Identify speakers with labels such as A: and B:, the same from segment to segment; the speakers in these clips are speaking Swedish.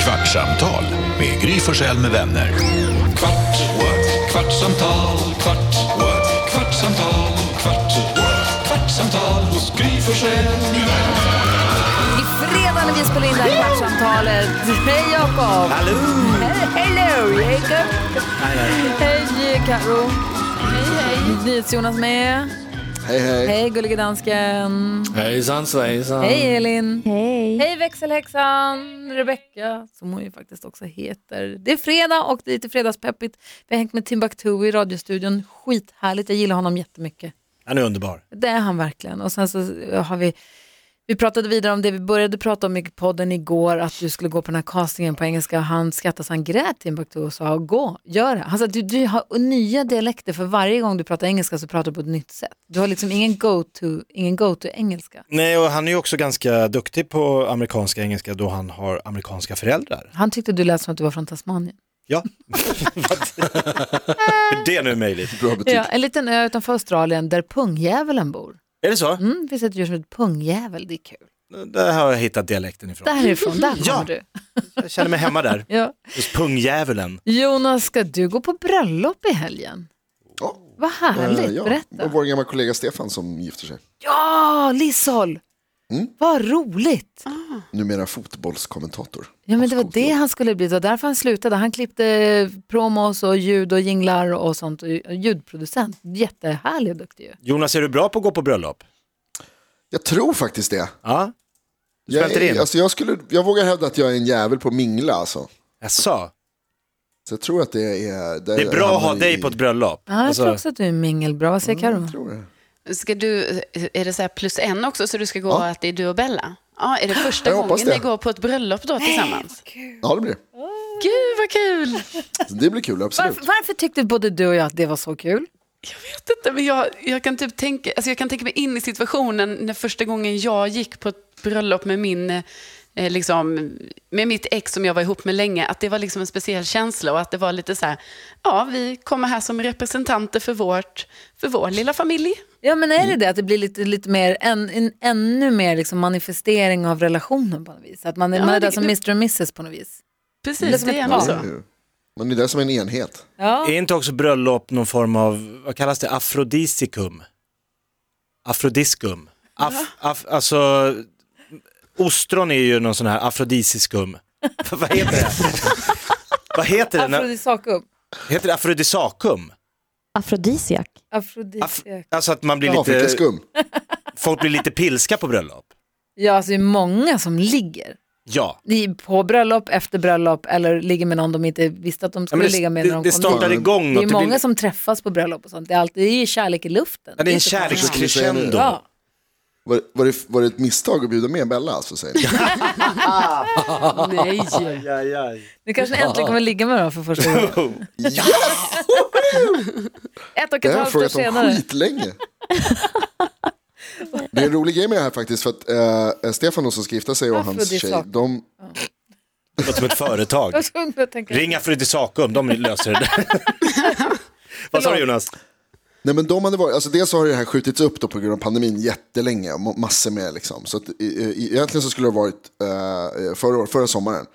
A: Kvartsamtal med Gry Forssell med vänner. Kvart, what? kvartsamtal, kvart, what? kvartsamtal, kvart, what? kvartsamtal hos Gry Forssell med vänner.
B: Det är fredag när vi spelar in det här kvartssamtalet. Hej Jakob!
C: Hallå!
B: Hej- Hello Jakob! Hej Karo! Hej hej! Jonas med.
D: Hej, hej.
B: Hej gullige dansken.
C: Hejsan svejsan.
B: Hej Elin.
E: Hej.
B: Hej växelhäxan Rebecca, som hon ju faktiskt också heter. Det är fredag och det är lite fredagspeppigt. Vi har hängt med Timbuktu i radiostudion. Skithärligt, jag gillar honom jättemycket.
C: Han är underbar.
B: Det är han verkligen. Och sen så har vi, vi pratade vidare om det vi började prata om i podden igår, att du skulle gå på den här castingen på engelska. Han skrattade så han grät Timbuktu och sa gå, gör det. Han sa du, du har nya dialekter för varje gång du pratar engelska så pratar du på ett nytt sätt. Du har liksom ingen go-to, ingen go-to-engelska.
C: Nej, och han är ju också ganska duktig på amerikanska engelska då han har amerikanska föräldrar.
B: Han tyckte du lät som att du var från Tasmanien.
C: Ja. Är det nu möjligt?
D: Bra betyg.
B: Ja, en liten ö utanför Australien där pungjävulen bor.
C: Är det så?
B: Mm, det finns ett djur som heter pungjävel, det är kul.
C: Där har jag hittat dialekten ifrån.
B: Därifrån, där kommer
C: Ja.
B: du.
C: Jag känner mig hemma där.
B: Ja.
C: Hos pungjävulen.
B: Jonas, ska du gå på bröllop i helgen?
D: Ja.
B: Vad härligt,
D: Eh, ja. Det var
B: berätta.
D: vår gamla kollega Stefan som gifter sig.
B: Ja, Lissol! Vad roligt!
D: Numera fotbollskommentator.
B: Ja, men det var det han skulle bli, det var därför han slutade. Han klippte promos och ljud och jinglar och sånt, och ljudproducent. Jättehärlig och duktig ju.
C: Jonas, är du bra på att gå på bröllop?
D: Jag tror faktiskt det.
C: Ja. Du
D: Jag,
C: smälter in?
D: är, alltså jag, skulle, jag vågar hävda att jag är en jävel på att mingla. Alltså.
C: Jaså?
D: Så jag tror att det är...
C: Det är bra att ha dig på ett bröllop.
B: Ja, jag tror
C: Alltså,
B: också att du är mingelbra, vad säger Karo?
D: bröllop.
F: Ska du, är det så här plus en också, så du ska gå
D: Ja.
F: att det är du och Bella? Ja, är det första
D: Jag hoppas
F: gången
D: det.
F: ni går på ett bröllop då tillsammans?
D: Ja, det blir det.
F: Gud, vad kul!
D: Det blir kul, absolut.
B: Varför, varför tyckte både du och jag att det var så kul?
F: Jag vet inte, men jag, jag, kan typ tänka, alltså jag kan tänka mig in i situationen när första gången jag gick på ett bröllop med min eh, Liksom, med mitt ex som jag var ihop med länge, att det var liksom en speciell känsla och att det var lite så här, ja, vi kommer här som representanter för, vårt, för vår lilla familj.
B: Ja men är det det att det blir lite, lite mer, en, en, ännu mer liksom manifestering av relationen på något vis? Att man, är-
F: Ja,
B: man är
F: det-
B: där som
F: det-
B: Mr och Mrs på något vis?
F: Precis, det är ändå
D: Det
F: så.
D: är ju- Men det är det som är en enhet.
B: Ja.
C: är inte också bröllop någon form av, vad kallas det, afrodisikum? Afrodiskum? Af, af, alltså, ostron är ju någon sån här afrodisiskum. vad heter det? vad heter det? När,
B: Afrodisiakum.
C: heter det afrodisakum?
E: Afrodisiak.
C: Af,
B: Afrodisiak.
C: alltså att man blir lite,
D: Afrikaskum.
C: folk blir lite pilska på bröllop.
B: Ja alltså det är många som ligger.
C: Ja.
B: I- På bröllop, efter bröllop eller ligger med någon de inte visste att de
C: Ja,
B: skulle
C: men
B: ligga med
C: det,
B: när
C: det,
B: de
C: det
B: kom
C: startar
B: dit.
D: Mm.
C: igång
B: Det är
C: något.
B: många
C: blir,
B: som träffas på bröllop och sånt. Det är, alltid, det är kärlek i luften.
C: ja, det är en
B: inte konstigt.
C: kärlekscrescendo.
B: Ja.
D: Var, var, det, var det ett misstag att bjuda med Bella? Alltså, säger ni?
F: Nej.
B: Nu kanske ni äntligen kommer ligga med dem för första gången.
D: Yes!
B: Ett och
D: Det
B: ett
D: har jag
B: halvt år
D: frågat om
B: senare.
D: skitlänge. Det är en rolig grej med det här faktiskt, för att eh, Stefan då som ska gifta sig och hans tjej,
B: Afrodisak.
D: de,
C: Det låter som ett företag.
B: Jag var tvungen att tänka.
C: Ring afrodisakum, de löser det där. vad sa du Jonas?
D: nej men de hade varit, alltså dels så har det här skjutits upp då på grund av pandemin jättelänge, ma- massor med liksom. Så att, eh, eh, egentligen så skulle det ha varit eh, förra, år- förra sommaren.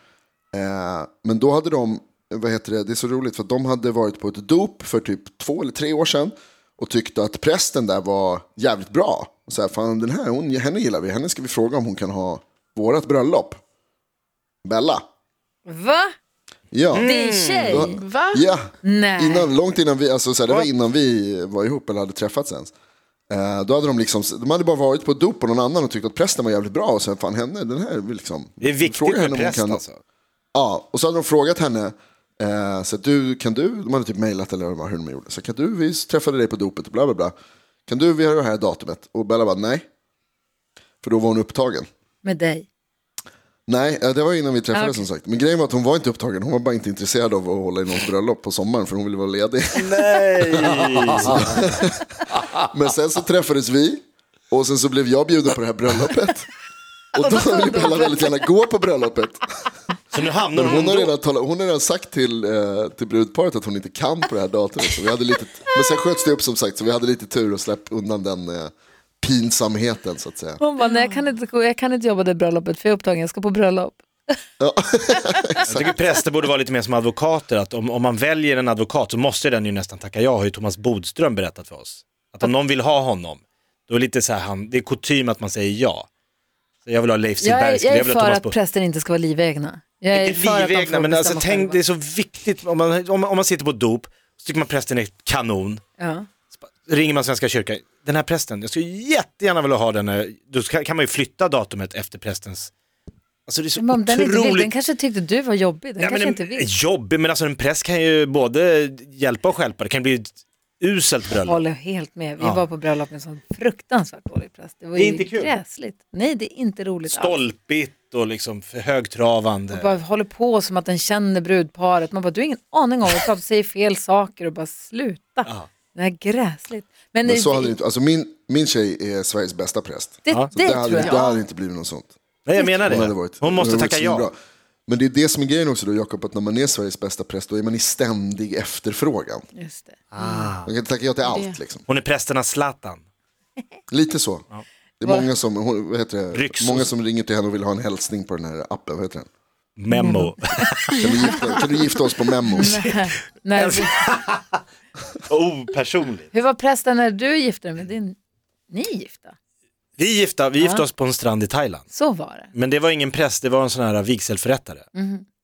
D: Eh, men då hade de, vad heter det, det är så roligt, för att de hade varit på ett dop för typ två eller tre år sedan och tyckte att prästen där var jävligt bra. Och så här, fan den här, hon, henne gillar vi, henne ska vi fråga om hon kan ha vårat bröllop. Bella.
B: Va?
D: Ja.
C: Mm.
B: Det är en tjej?
F: Va?
D: Ja,
B: Nej.
D: innan, långt innan vi, alltså, så här, det var innan vi var ihop eller hade träffats ens. Eh, då hade de, liksom, de hade bara varit på ett dop på någon annan och tyckt att prästen var jävligt bra och sen fan henne, den här vill liksom.
C: Det är viktigt
D: Fråga
C: med
D: henne om hon
C: präst
D: kan-
C: alltså.
D: Ja, och så hade de frågat henne, eh, så att du, kan du, de hade typ mejlat eller vad- hur de gjorde, så kan du, vi träffade dig på dopet, bla bla bla. Kan du, vi har det här datumet. Och Bella bara nej. För då var hon upptagen.
B: Med dig?
D: Nej, eh, det var innan vi träffades
B: Ah, okej.
D: som sagt. Men grejen var att hon var inte upptagen, hon var bara inte intresserad av att hålla i något bröllop på sommaren för hon ville vara ledig. Men sen så träffades vi och sen så blev jag bjuden på det här bröllopet. Och då ville Bella väldigt gärna gå på bröllopet.
C: Så nu hamnar
D: Men
C: hon
D: hon har
C: då-
D: redan, talat, hon har redan sagt till, eh, till brudparet att hon inte kan på det här datumet. Så vi hade lite, men sen sköts det upp som sagt, så vi hade lite tur och släpp undan den eh, pinsamheten så att säga.
B: Hon bara, nej jag kan, inte, gå- jag kan inte jobba det bröllopet för jag är upptagen, jag ska på bröllop.
C: Jag tycker präster borde vara lite mer som advokater, att om, om man väljer en advokat så måste den ju nästan tacka ja, har ju Thomas Bodström berättat för oss. Att om någon vill ha honom, då är lite så här, han, det är kutym att man säger ja. Så jag vill ha Leif
B: Jag är,
C: Silbersky,
B: jag är
C: jag vill ha
B: för
C: Thomas
B: att
C: Bodström.
B: präster inte ska vara livegna. Jag är
C: Inte
B: för att de
C: livegna,
B: får
C: men alltså
B: bestämma
C: tänk,
B: själva.
C: det är så viktigt, om man, om, man- om man sitter på ett dop, så tycker man prästen är kanon,
B: Ja.
C: ringer man Svenska kyrkan, den här prästen, jag skulle jättegärna vilja ha den, här." då ska- kan man ju flytta datumet efter prästens, alltså det är så
B: Men om den, inte vill,
C: otroligt
B: den kanske tyckte du var jobbig, den
C: Ja, men
B: kanske
C: en-
B: inte vill.
C: Jobbig, men alltså en präst kan ju både hjälpa och stjälpa. Det kan bli ett uselt bröllop.
B: håller helt med. Vi
C: Ja.
B: var på bröllop med en sån fruktansvärt dålig präst. Det var
C: Det är
B: ju
C: inte kul.
B: gräsligt. Nej, det är inte roligt alls.
C: Stolpigt och liksom för högtravande.
B: Bara håller på som att den känner brudparet. Man bara, du har ingen aning om vad du pratar om, säger fel saker och bara sluta.
C: Ja.
B: Det är gräsligt. Men,
D: Men så hade det
B: det,
D: inte, alltså min, min tjej är Sveriges bästa präst.
B: det,
C: Ja.
B: det
D: det, hade,
B: tror jag.
D: det hade inte blivit något sånt.
C: Nej, jag menar det.
D: Hon, hade
C: Hon,
D: varit,
C: måste
D: hade varit
C: tacka
D: så
C: ja.
D: bra. Men det är det som är grejen också då, Jakob, att när man är Sveriges bästa präst, då är man i ständig efterfrågan.
B: Just det.
D: Man kan inte tacka ja till allt, liksom.
C: Hon är prästernas Zlatan.
D: Lite så. Det
B: Va?
D: är många som, hon- vad heter det?
C: Ryxos.
D: många som ringer till henne och vill ha en hälsning på den här appen. Vad heter den?
B: Mm.
C: Memo.
D: Kan, du gifta, kan du gifta oss på memos?
B: När,
C: Opersonligt.
B: hur var prästen när du gifte dig med din... Ni är gifta?
C: Vi gifta, vi gifte oss på en strand i Thailand.
B: Så var det.
C: Men det var ingen präst, det var en sån här vigselförrättare.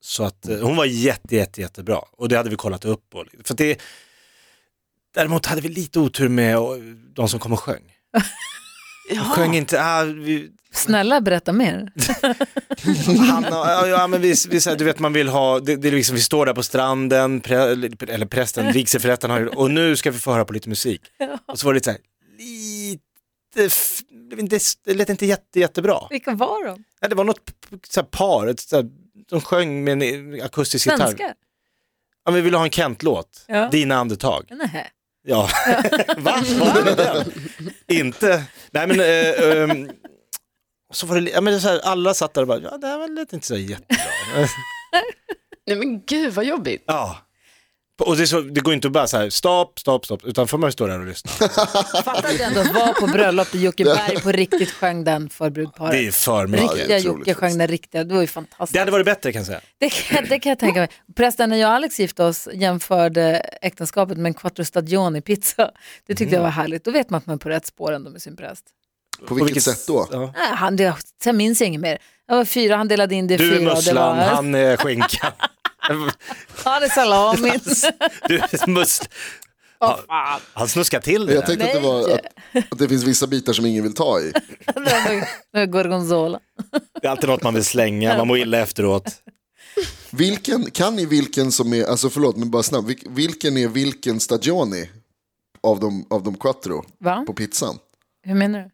C: Så att eh, hon var jätte, jätte, jättebra. Och det hade vi kollat upp. Och, för att det, däremot hade vi lite otur med eh, de som kom och sjöng. De sjöng inte, ah, vi,
B: Snälla berätta mer.
C: Han, ah, ja, ja, men vi, vi, så här, du vet man vill ha, det, det är liksom, vi står där på stranden, prä, eller prästen, vigselförrättaren har ju- och nu ska vi få höra på lite musik. Och så var det lite så här, lite, f- det var inte- det lät inte jätte, jättebra.
B: Vilka var de?
C: Ja, det var något p- p- så här, par, ett, så här, de sjöng med en akustisk gitarr.
B: Svenskar?
C: Ja, vi ville ha en Kent-låt,
B: Ja.
C: Dina andetag.
B: Nej.
C: Ja, va? Var det den? Inte? Nej men, eh, ehm, och så var det, li- ja, men det är så här, alla satt där och bara, ja det här var lite inte så jättebra.
F: Nej men gud vad jobbigt.
C: Ja. Och det, är så, det går inte att bara så här, stopp, stopp, stopp, utan får man ju stå där och lyssna.
B: Fattar du ändå, var på bröllop i Jockeberg på riktigt sjöng den för brudparet.
C: Det är för mycket.
D: det är
B: riktiga
D: otroligt
B: Jocke sjöng den riktiga, det var ju fantastiskt.
C: Det
B: Det,
C: hade varit bättre kan jag säga.
B: kan, det kan jag tänka mig. Prästen när jag och Alex gifte oss jämförde äktenskapet med en quattro stagioni-pizza. Det tyckte
C: Mm.
B: jag var härligt, då vet man att man är på rätt spår ändå med sin präst.
D: På vilket sätt då?
C: Ja.
B: Nej, han, det, sen minns jag inget mer. Jag var fyra, han delade in det i
C: Du är
B: fyra. och det var,
C: musslan, han är skinkan.
B: han är salamin.
C: Du är mussl...
B: Åh, fan.
C: Han snuskar till det
D: Jag
C: där.
D: tänkte att det, var att, att det finns vissa bitar som ingen vill ta i.
B: Det var- det var gorgonzola.
C: Det är alltid något man vill slänga, man mår illa efteråt.
D: Vilken, kan ni vilken som är, alltså förlåt men bara snabbt, Vilk- vilken är vilken stagioni av de, av de quattro
B: Va?
D: på pizzan?
B: Hur menar du?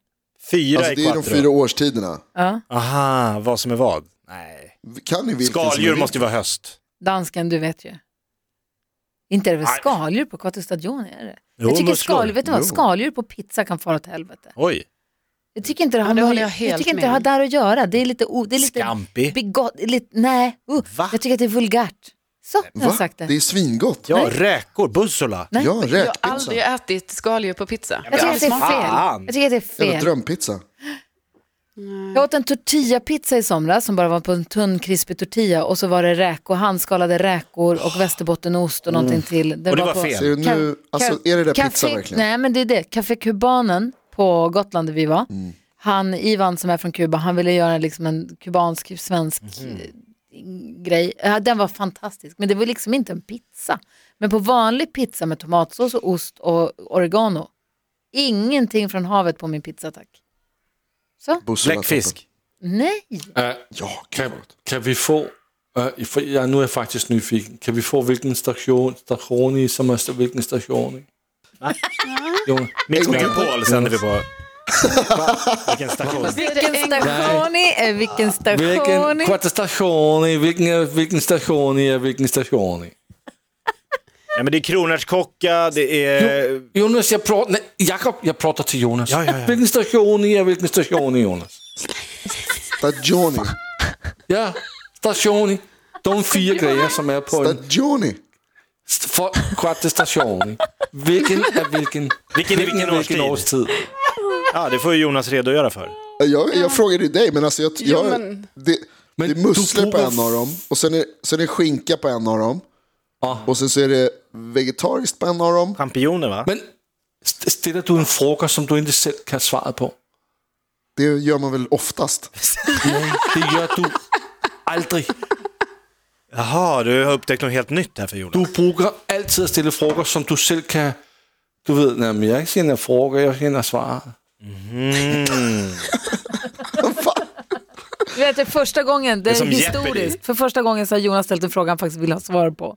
C: Fyra
D: Alltså
C: i
D: det är de
C: quattro.
D: fyra årstiderna.
B: Ja.
C: Aha, vad som är vad? Nej.
D: Kan ni vilken som är
C: Skaldjur
D: vilken?
C: måste ju vara höst.
B: Dansken, du vet ju. Inte är det väl
C: Nej.
B: skaldjur på Quattro Stagioni? Är det?
C: Jo,
B: jag tycker
C: musslor.
B: skaldjur, vet du vad,
D: Jo.
B: skaldjur på pizza kan fara åt helvete.
C: Oj,
B: Jag tycker inte det har,
F: det
B: med-
F: håller jag helt
B: tycker inte
F: med
B: det har
F: om.
B: där att göra. Det är lite, o, det är lite
C: skampi.
B: bigott, lite, nej, uh,
C: Va?
B: jag tycker att det är vulgärt. Så, nu har jag
D: Va?
B: sagt det.
D: Det är svingott.
C: Ja, räkor, bussola.
B: Nej.
D: Ja,
F: Jag har
D: räkpizza.
F: aldrig ätit skaldjur på pizza.
B: Jag tycker att det är fel.
C: Fan.
B: Jag tycker att det är
D: Jävla
B: fel.
D: drömpizza.
B: Jag åt en tortillapizza i somras som bara var på en tunn krispig tortilla och så var det räkor, handskalade räkor och västerbottenost och någonting till.
C: Mm. Och det var
B: på-
C: fel.
D: Ser du nu, alltså är det där pizza
B: Café-
D: verkligen?
B: Nej, men det är det. Café Kubanen på Gotland där vi var.
D: Mm.
B: Han, Ivan som är från Kuba, han ville göra liksom en kubansk, svensk
D: Mhm.
B: eh, grej. Ja, den var fantastisk, men det var liksom inte en pizza. Men på vanlig pizza med tomatsås och ost och oregano, ingenting från havet på min pizza tack.
D: Bussola toppen.
C: Bläckfisk.
B: Nej,
D: Ja,
E: Kan,
D: gud.
E: kan vi få, øh, for jeg, nu er jeg faktisk nyfiken, kan vi få hvilken station, station som er hvilken station? i? Jo,
C: Mix Megapol sänder vi på. Vilken station.
B: vilken station är vilken station?
E: hvilken station, i? hvilken, er- hvilken station i er hvilken station? i?
C: Nej, men det är kronärtskocka, det är...
E: Jonas, jeg prater, nej, Jakob, jeg prater til Jonas.
C: Ja, ja, ja.
E: Hvilken station i er hvilken station i, Jonas?
D: Stagioni.
E: Ja, station i. De fire grejer, som er på en
D: Stagioni.
E: st- for, kvarte station. i. Hvilken er hvilken?
C: Hvilken er hvilken årstid?
E: årstid?
C: Ja, det får ju Jonas redogöra för.
D: Jag, jag frågade ju dig, men alltså jag,
F: Jo,
D: jag,
F: men-
D: Det,
E: Men
D: Det är musslor
E: du
D: på
E: provar
D: en av dem, och sen är, sen är det skinka på en av dem.
E: Ja.
D: Och sen så är det vegetariskt på en av dem.
C: Champinjoner va?
E: Men st- ställer du en fråga som du inte själv kan svara på?
D: Det gör man väl oftast.
E: Nej, det gör du aldrig.
C: Jaha, du har upptäckt något helt nytt här för Jonas.
E: Du brukar altid at stille frågor, som du selv kan... Du ved, nej, men jeg er ikke sådan en fråga, jeg er sådan en svare.
B: Du vet, det är första gången, det
C: är
B: är,
C: som Jeopardy.
B: historiskt, för första gången så har Jonas ställt en fråga han faktiskt vill ha svar på.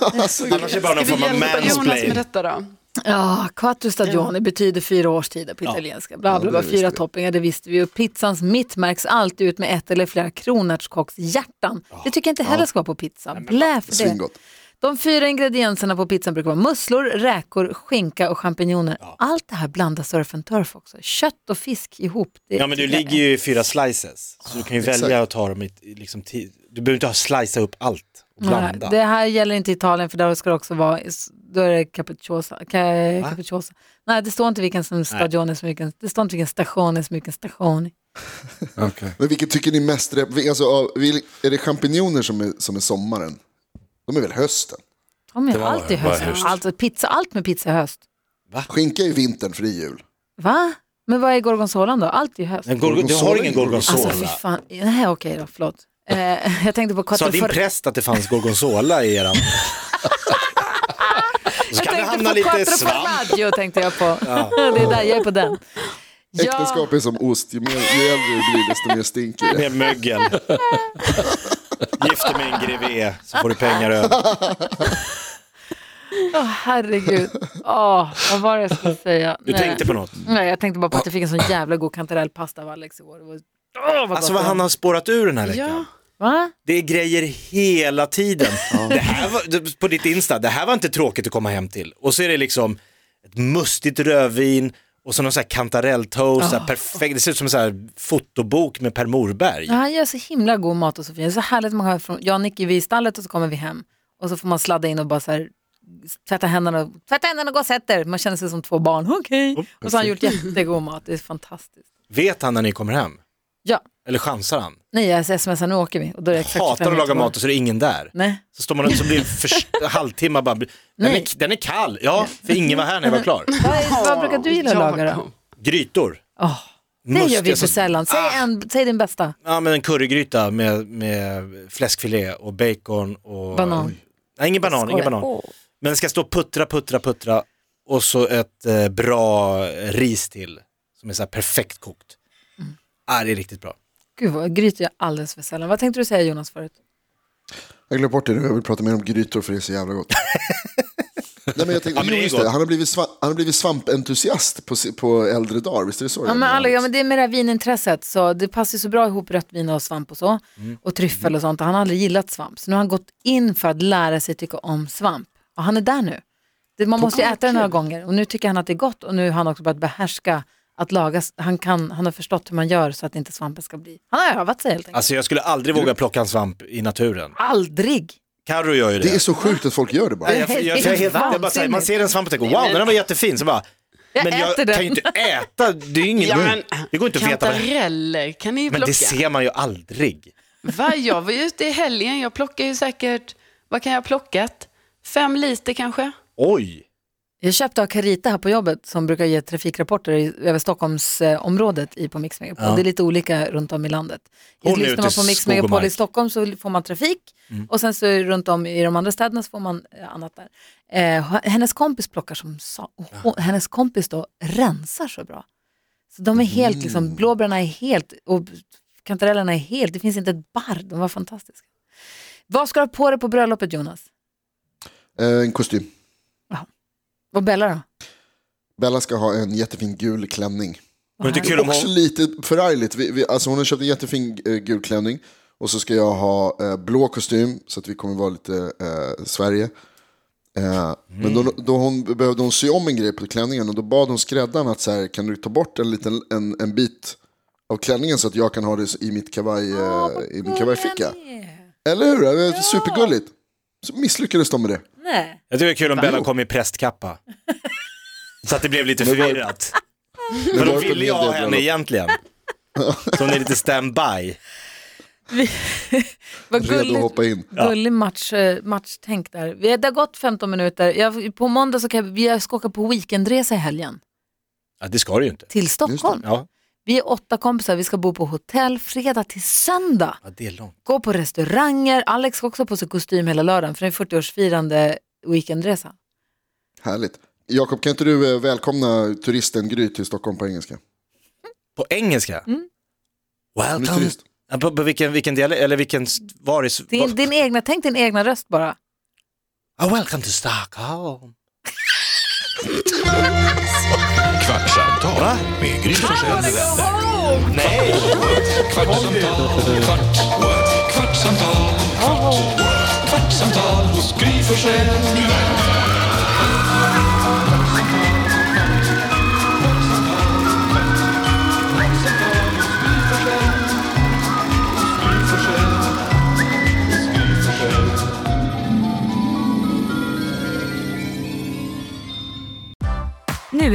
C: Annars är det bara någon
F: Ska
C: form
F: vi
C: av
F: hjälpa Jonas med
C: mansplain.
F: detta då?
B: Ja, quattro stagioni betyder fyra årstider på italienska. Bla, bla, bla, fyra toppingar, det visste vi ju. Pizzans mitt märks alltid ut med ett eller flera kronärtskockshjärtan. Det tycker jag inte heller ska vara på pizza. Blä för det.
D: Svingott.
B: De fyra ingredienserna på pizzan brukar vara musslor, räkor, skinka och champinjoner. Allt det här blandar surfen turf också. Kött och fisk ihop. Det
C: Ja men du
B: tycker jag
C: ligger ju i fyra slices. Så du kan ju välja
D: exakt.
C: att ta dem i i liksom tid. Du behöver inte ha slicea upp allt och blanda.
B: Nej, det här gäller inte Italien för där ska det också vara, då är det capricciosa. Ca, capricciosa. Nej, det står inte vilken som stagione som vilken, det står inte vilken station som vilken station.
E: Okay.
D: Men vilket tycker ni mest rep- vil- alltså, av- vil- Är det champinjoner som är, som är sommaren? De är väl hösten?
B: Ja, men
E: var
B: allt i
E: bara
B: höst.
E: höst.
B: Alltså, pizza, allt med pizza är höst.
D: Skinka är vintern för det är jul.
B: Va? Men vad är gorgonzolan då? Allt i höst.
C: Men Gorgon, du har ingen
B: Alltså
C: gorgonzola.
B: fy fan, nej okej då, förlåt. Eh, jag tänkte på
C: Sa
B: quattro
C: din
B: for-
C: präst att det fanns gorgonzola i eran? Så
B: jag
C: kan det
B: tänkte
C: hamna
B: på
C: lite
B: quattro
C: svamp.
B: formaggio tänkte jag på. det är där, jag är på den.
D: Äktenskap är som ost, ju, mer, ju äldre du blir desto mer stinker det.
C: Med mögel. Gift dig med en grevé så får du pengar över.
B: Åh, herregud. Åh, vad var det jag skulle säga?
C: Du
B: Nej.
C: tänkte på något?
B: Nej, jag tänkte bara på att jag fick en sån jävla god kantarellpasta av Alex igår. Det var... Åh, vad
C: Alltså
B: gott
C: vad
B: det var.
C: han har spårat ur den här veckan.
F: Ja.
B: Va?
C: Det är grejer hela tiden. Det här var, på ditt Insta, det här var inte tråkigt att komma hem till. Och så är det liksom ett mustigt rödvin och så någon sån här kantarelltoast, så här perfekt. Det ser ut som en sån här fotobok med Per Morberg.
B: Ja, han gör så himla god mat och så fin. Det är så härligt man kommer från, jag och Nicky vi är i stallet och så kommer vi hem. Och så får man sladda in och bara så här, tvätta händerna, och- tvätta händerna och gå och sätt er. Man känner sig som två barn, okej. Och så har han gjort jättegod mat, det är fantastiskt.
C: Vet han när ni kommer hem?
B: Ja,
C: Eller chansar han?
B: nej jag smsar nu åker vi. Och då är det exakt
C: Hatar
B: 25
C: att laga
B: minuter
C: mat och så är det ingen där.
B: Nej.
C: Så står man och så blir det för, halvtimme bara, den
B: Nej.
C: är, den är kall. Ja, för ingen var här när jag var klar.
B: kvar. Vad, är- vad brukar du gilla att laga då?
C: Grytor.
B: Åh, det
C: Mustiga
B: gör vi för
C: som- Ah.
B: sällan. Säg, en, säg din bästa.
C: Ja men en currygryta med, med fläskfilé och bacon och...
B: Banan.
C: Nej ingen banan, ingen banan. Men det ska stå puttra, puttra, puttra och så ett eh, bra ris till som är så här perfekt kokt. Ah, det är riktigt bra.
B: Gud vad grytor jag alldeles för sällan. Vad tänkte du säga Jonas förut?
D: Jag glömde bort det nu, jag vill prata mer om grytor för det är så jävla gott. Nej, men jag tänkte,
C: Ja, men det
D: jo,
C: är
D: just
C: gott.
D: det, han, har blivit sva- han har blivit svampentusiast på, si- på äldre dagar, visst är det så?
B: Ja, men, alla, ja, men det är med det här vinintresset, så det passar ju så bra ihop rött vin och svamp och så. Och tryffel och sånt. Han har aldrig gillat svamp. Så nu har han gått in för att lära sig tycka om svamp. Och han är där nu. Det, man måste ju äta det några gånger. Och nu tycker han att det är gott. Och nu har han också börjat behärska att laga. s- Han, kan, han har förstått hur man gör så att inte svampen ska bli... Han har övat sig helt enkelt.
C: Alltså jag skulle aldrig våga plocka en svamp i naturen.
B: Aldrig!
C: Carro gör ju det.
D: Det är så sjukt att folk gör det bara.
C: Nej, jag, jag, jag, jag, jag, bara säger, man ser en svamp och tänker wow, den här var jättefin. Så bara,
B: Jag
C: men jag
B: äter
C: kan
B: den.
C: ju inte äta, det, är ju ingen,
F: Ja, men-
C: det går inte att veta. vad-
F: Kantareller kan ni ju
C: Men det
F: plocka.
C: ser man ju aldrig.
F: Va, jag var ju ute i helgen. Jag plockade ju säkert, vad kan jag ha plockat? Fem liter kanske?
C: Oj.
B: Jag köpte av Carita här på jobbet som brukar ge trafikrapporter i, över Stockholmsområdet i, på Mix Megapol. Det är lite olika runt om i landet.
C: Hon är
B: Lyssnar
C: ute
B: man
C: i
B: på Mix
C: skog och
B: Megapol i
C: mark. Mm.
B: Stockholm så får man trafik och sen så är det runt om i de andra städerna så får man eh, annat där. Eh, hennes kompis plockar som sa, och hon, hennes kompis då rensar så bra. Så de är
C: Mm.
B: helt, liksom, blåbärna är helt, och kantarellerna är helt, det finns inte ett barr, de var fantastiska. Vad ska du ha på dig på bröllopet Jonas?
D: Eh, en kostym.
B: Vad Bella då?
D: Bella ska ha en jättefin gul klänning.
C: Men det är kul om
D: Också
C: hon...
D: lite förargligt. Vi, vi, alltså hon har köpt en jättefin eh, gul klänning. Och så ska jag ha eh, blå kostym så att vi kommer vara lite eh, Sverige. Eh, Men då, då hon, behövde hon sy om en grej på klänningen och då bad hon skräddaren att så här, kan du ta bort en liten en, en bit av klänningen så att jag kan ha det i mitt kavaj, eh, i min kavajficka. Eller hur? Det är Supergulligt. Så misslyckades de med det.
B: Nej.
C: Jag tycker det är kul om Bella kom i prästkappa. Så att det blev lite förvirrat. Men
D: var
C: då
D: på
C: ville
D: min
C: jag ha
D: del
C: henne
D: bröllop.
C: egentligen. Så hon är lite standby.
B: Vad
D: Redo att
B: gulligt.
D: hoppa in.
B: Gullig match, eh, matchtänk där. Vi- Det har gått 15 minuter. Jag, på måndag så kan jag, vi ska åka på weekendresa i helgen
C: Ja, det ska du ju inte.
B: till Stockholm.
C: Ja,
B: Vi är åtta kompisar, vi ska bo på hotell fredag till söndag.
C: ja det är långt.
B: Gå på restauranger. Alex ska också ha på sig kostym hela lördagen för en 40-årsfirande weekendresa.
D: Härligt. Jakob, kan inte du eh, välkomna turisten Gry till Stockholm på engelska?
C: På engelska?
D: Hon är
C: Welcome.
D: turist.
C: Ja, på, på vilken, vilken del, eller vilken, s- var är, s-
B: Din,
C: var-
B: din egna, tänk din egna röst bara.
C: Ah, welcome to Stockholm.
A: Kvartsamtal med Gry Forssell med vänner.
C: Nej!
A: Kvartsamtal, kvart, what? kvartsamtal, kvart, what? kvartsamtal hos Gry Forssell med vänner.
G: Nu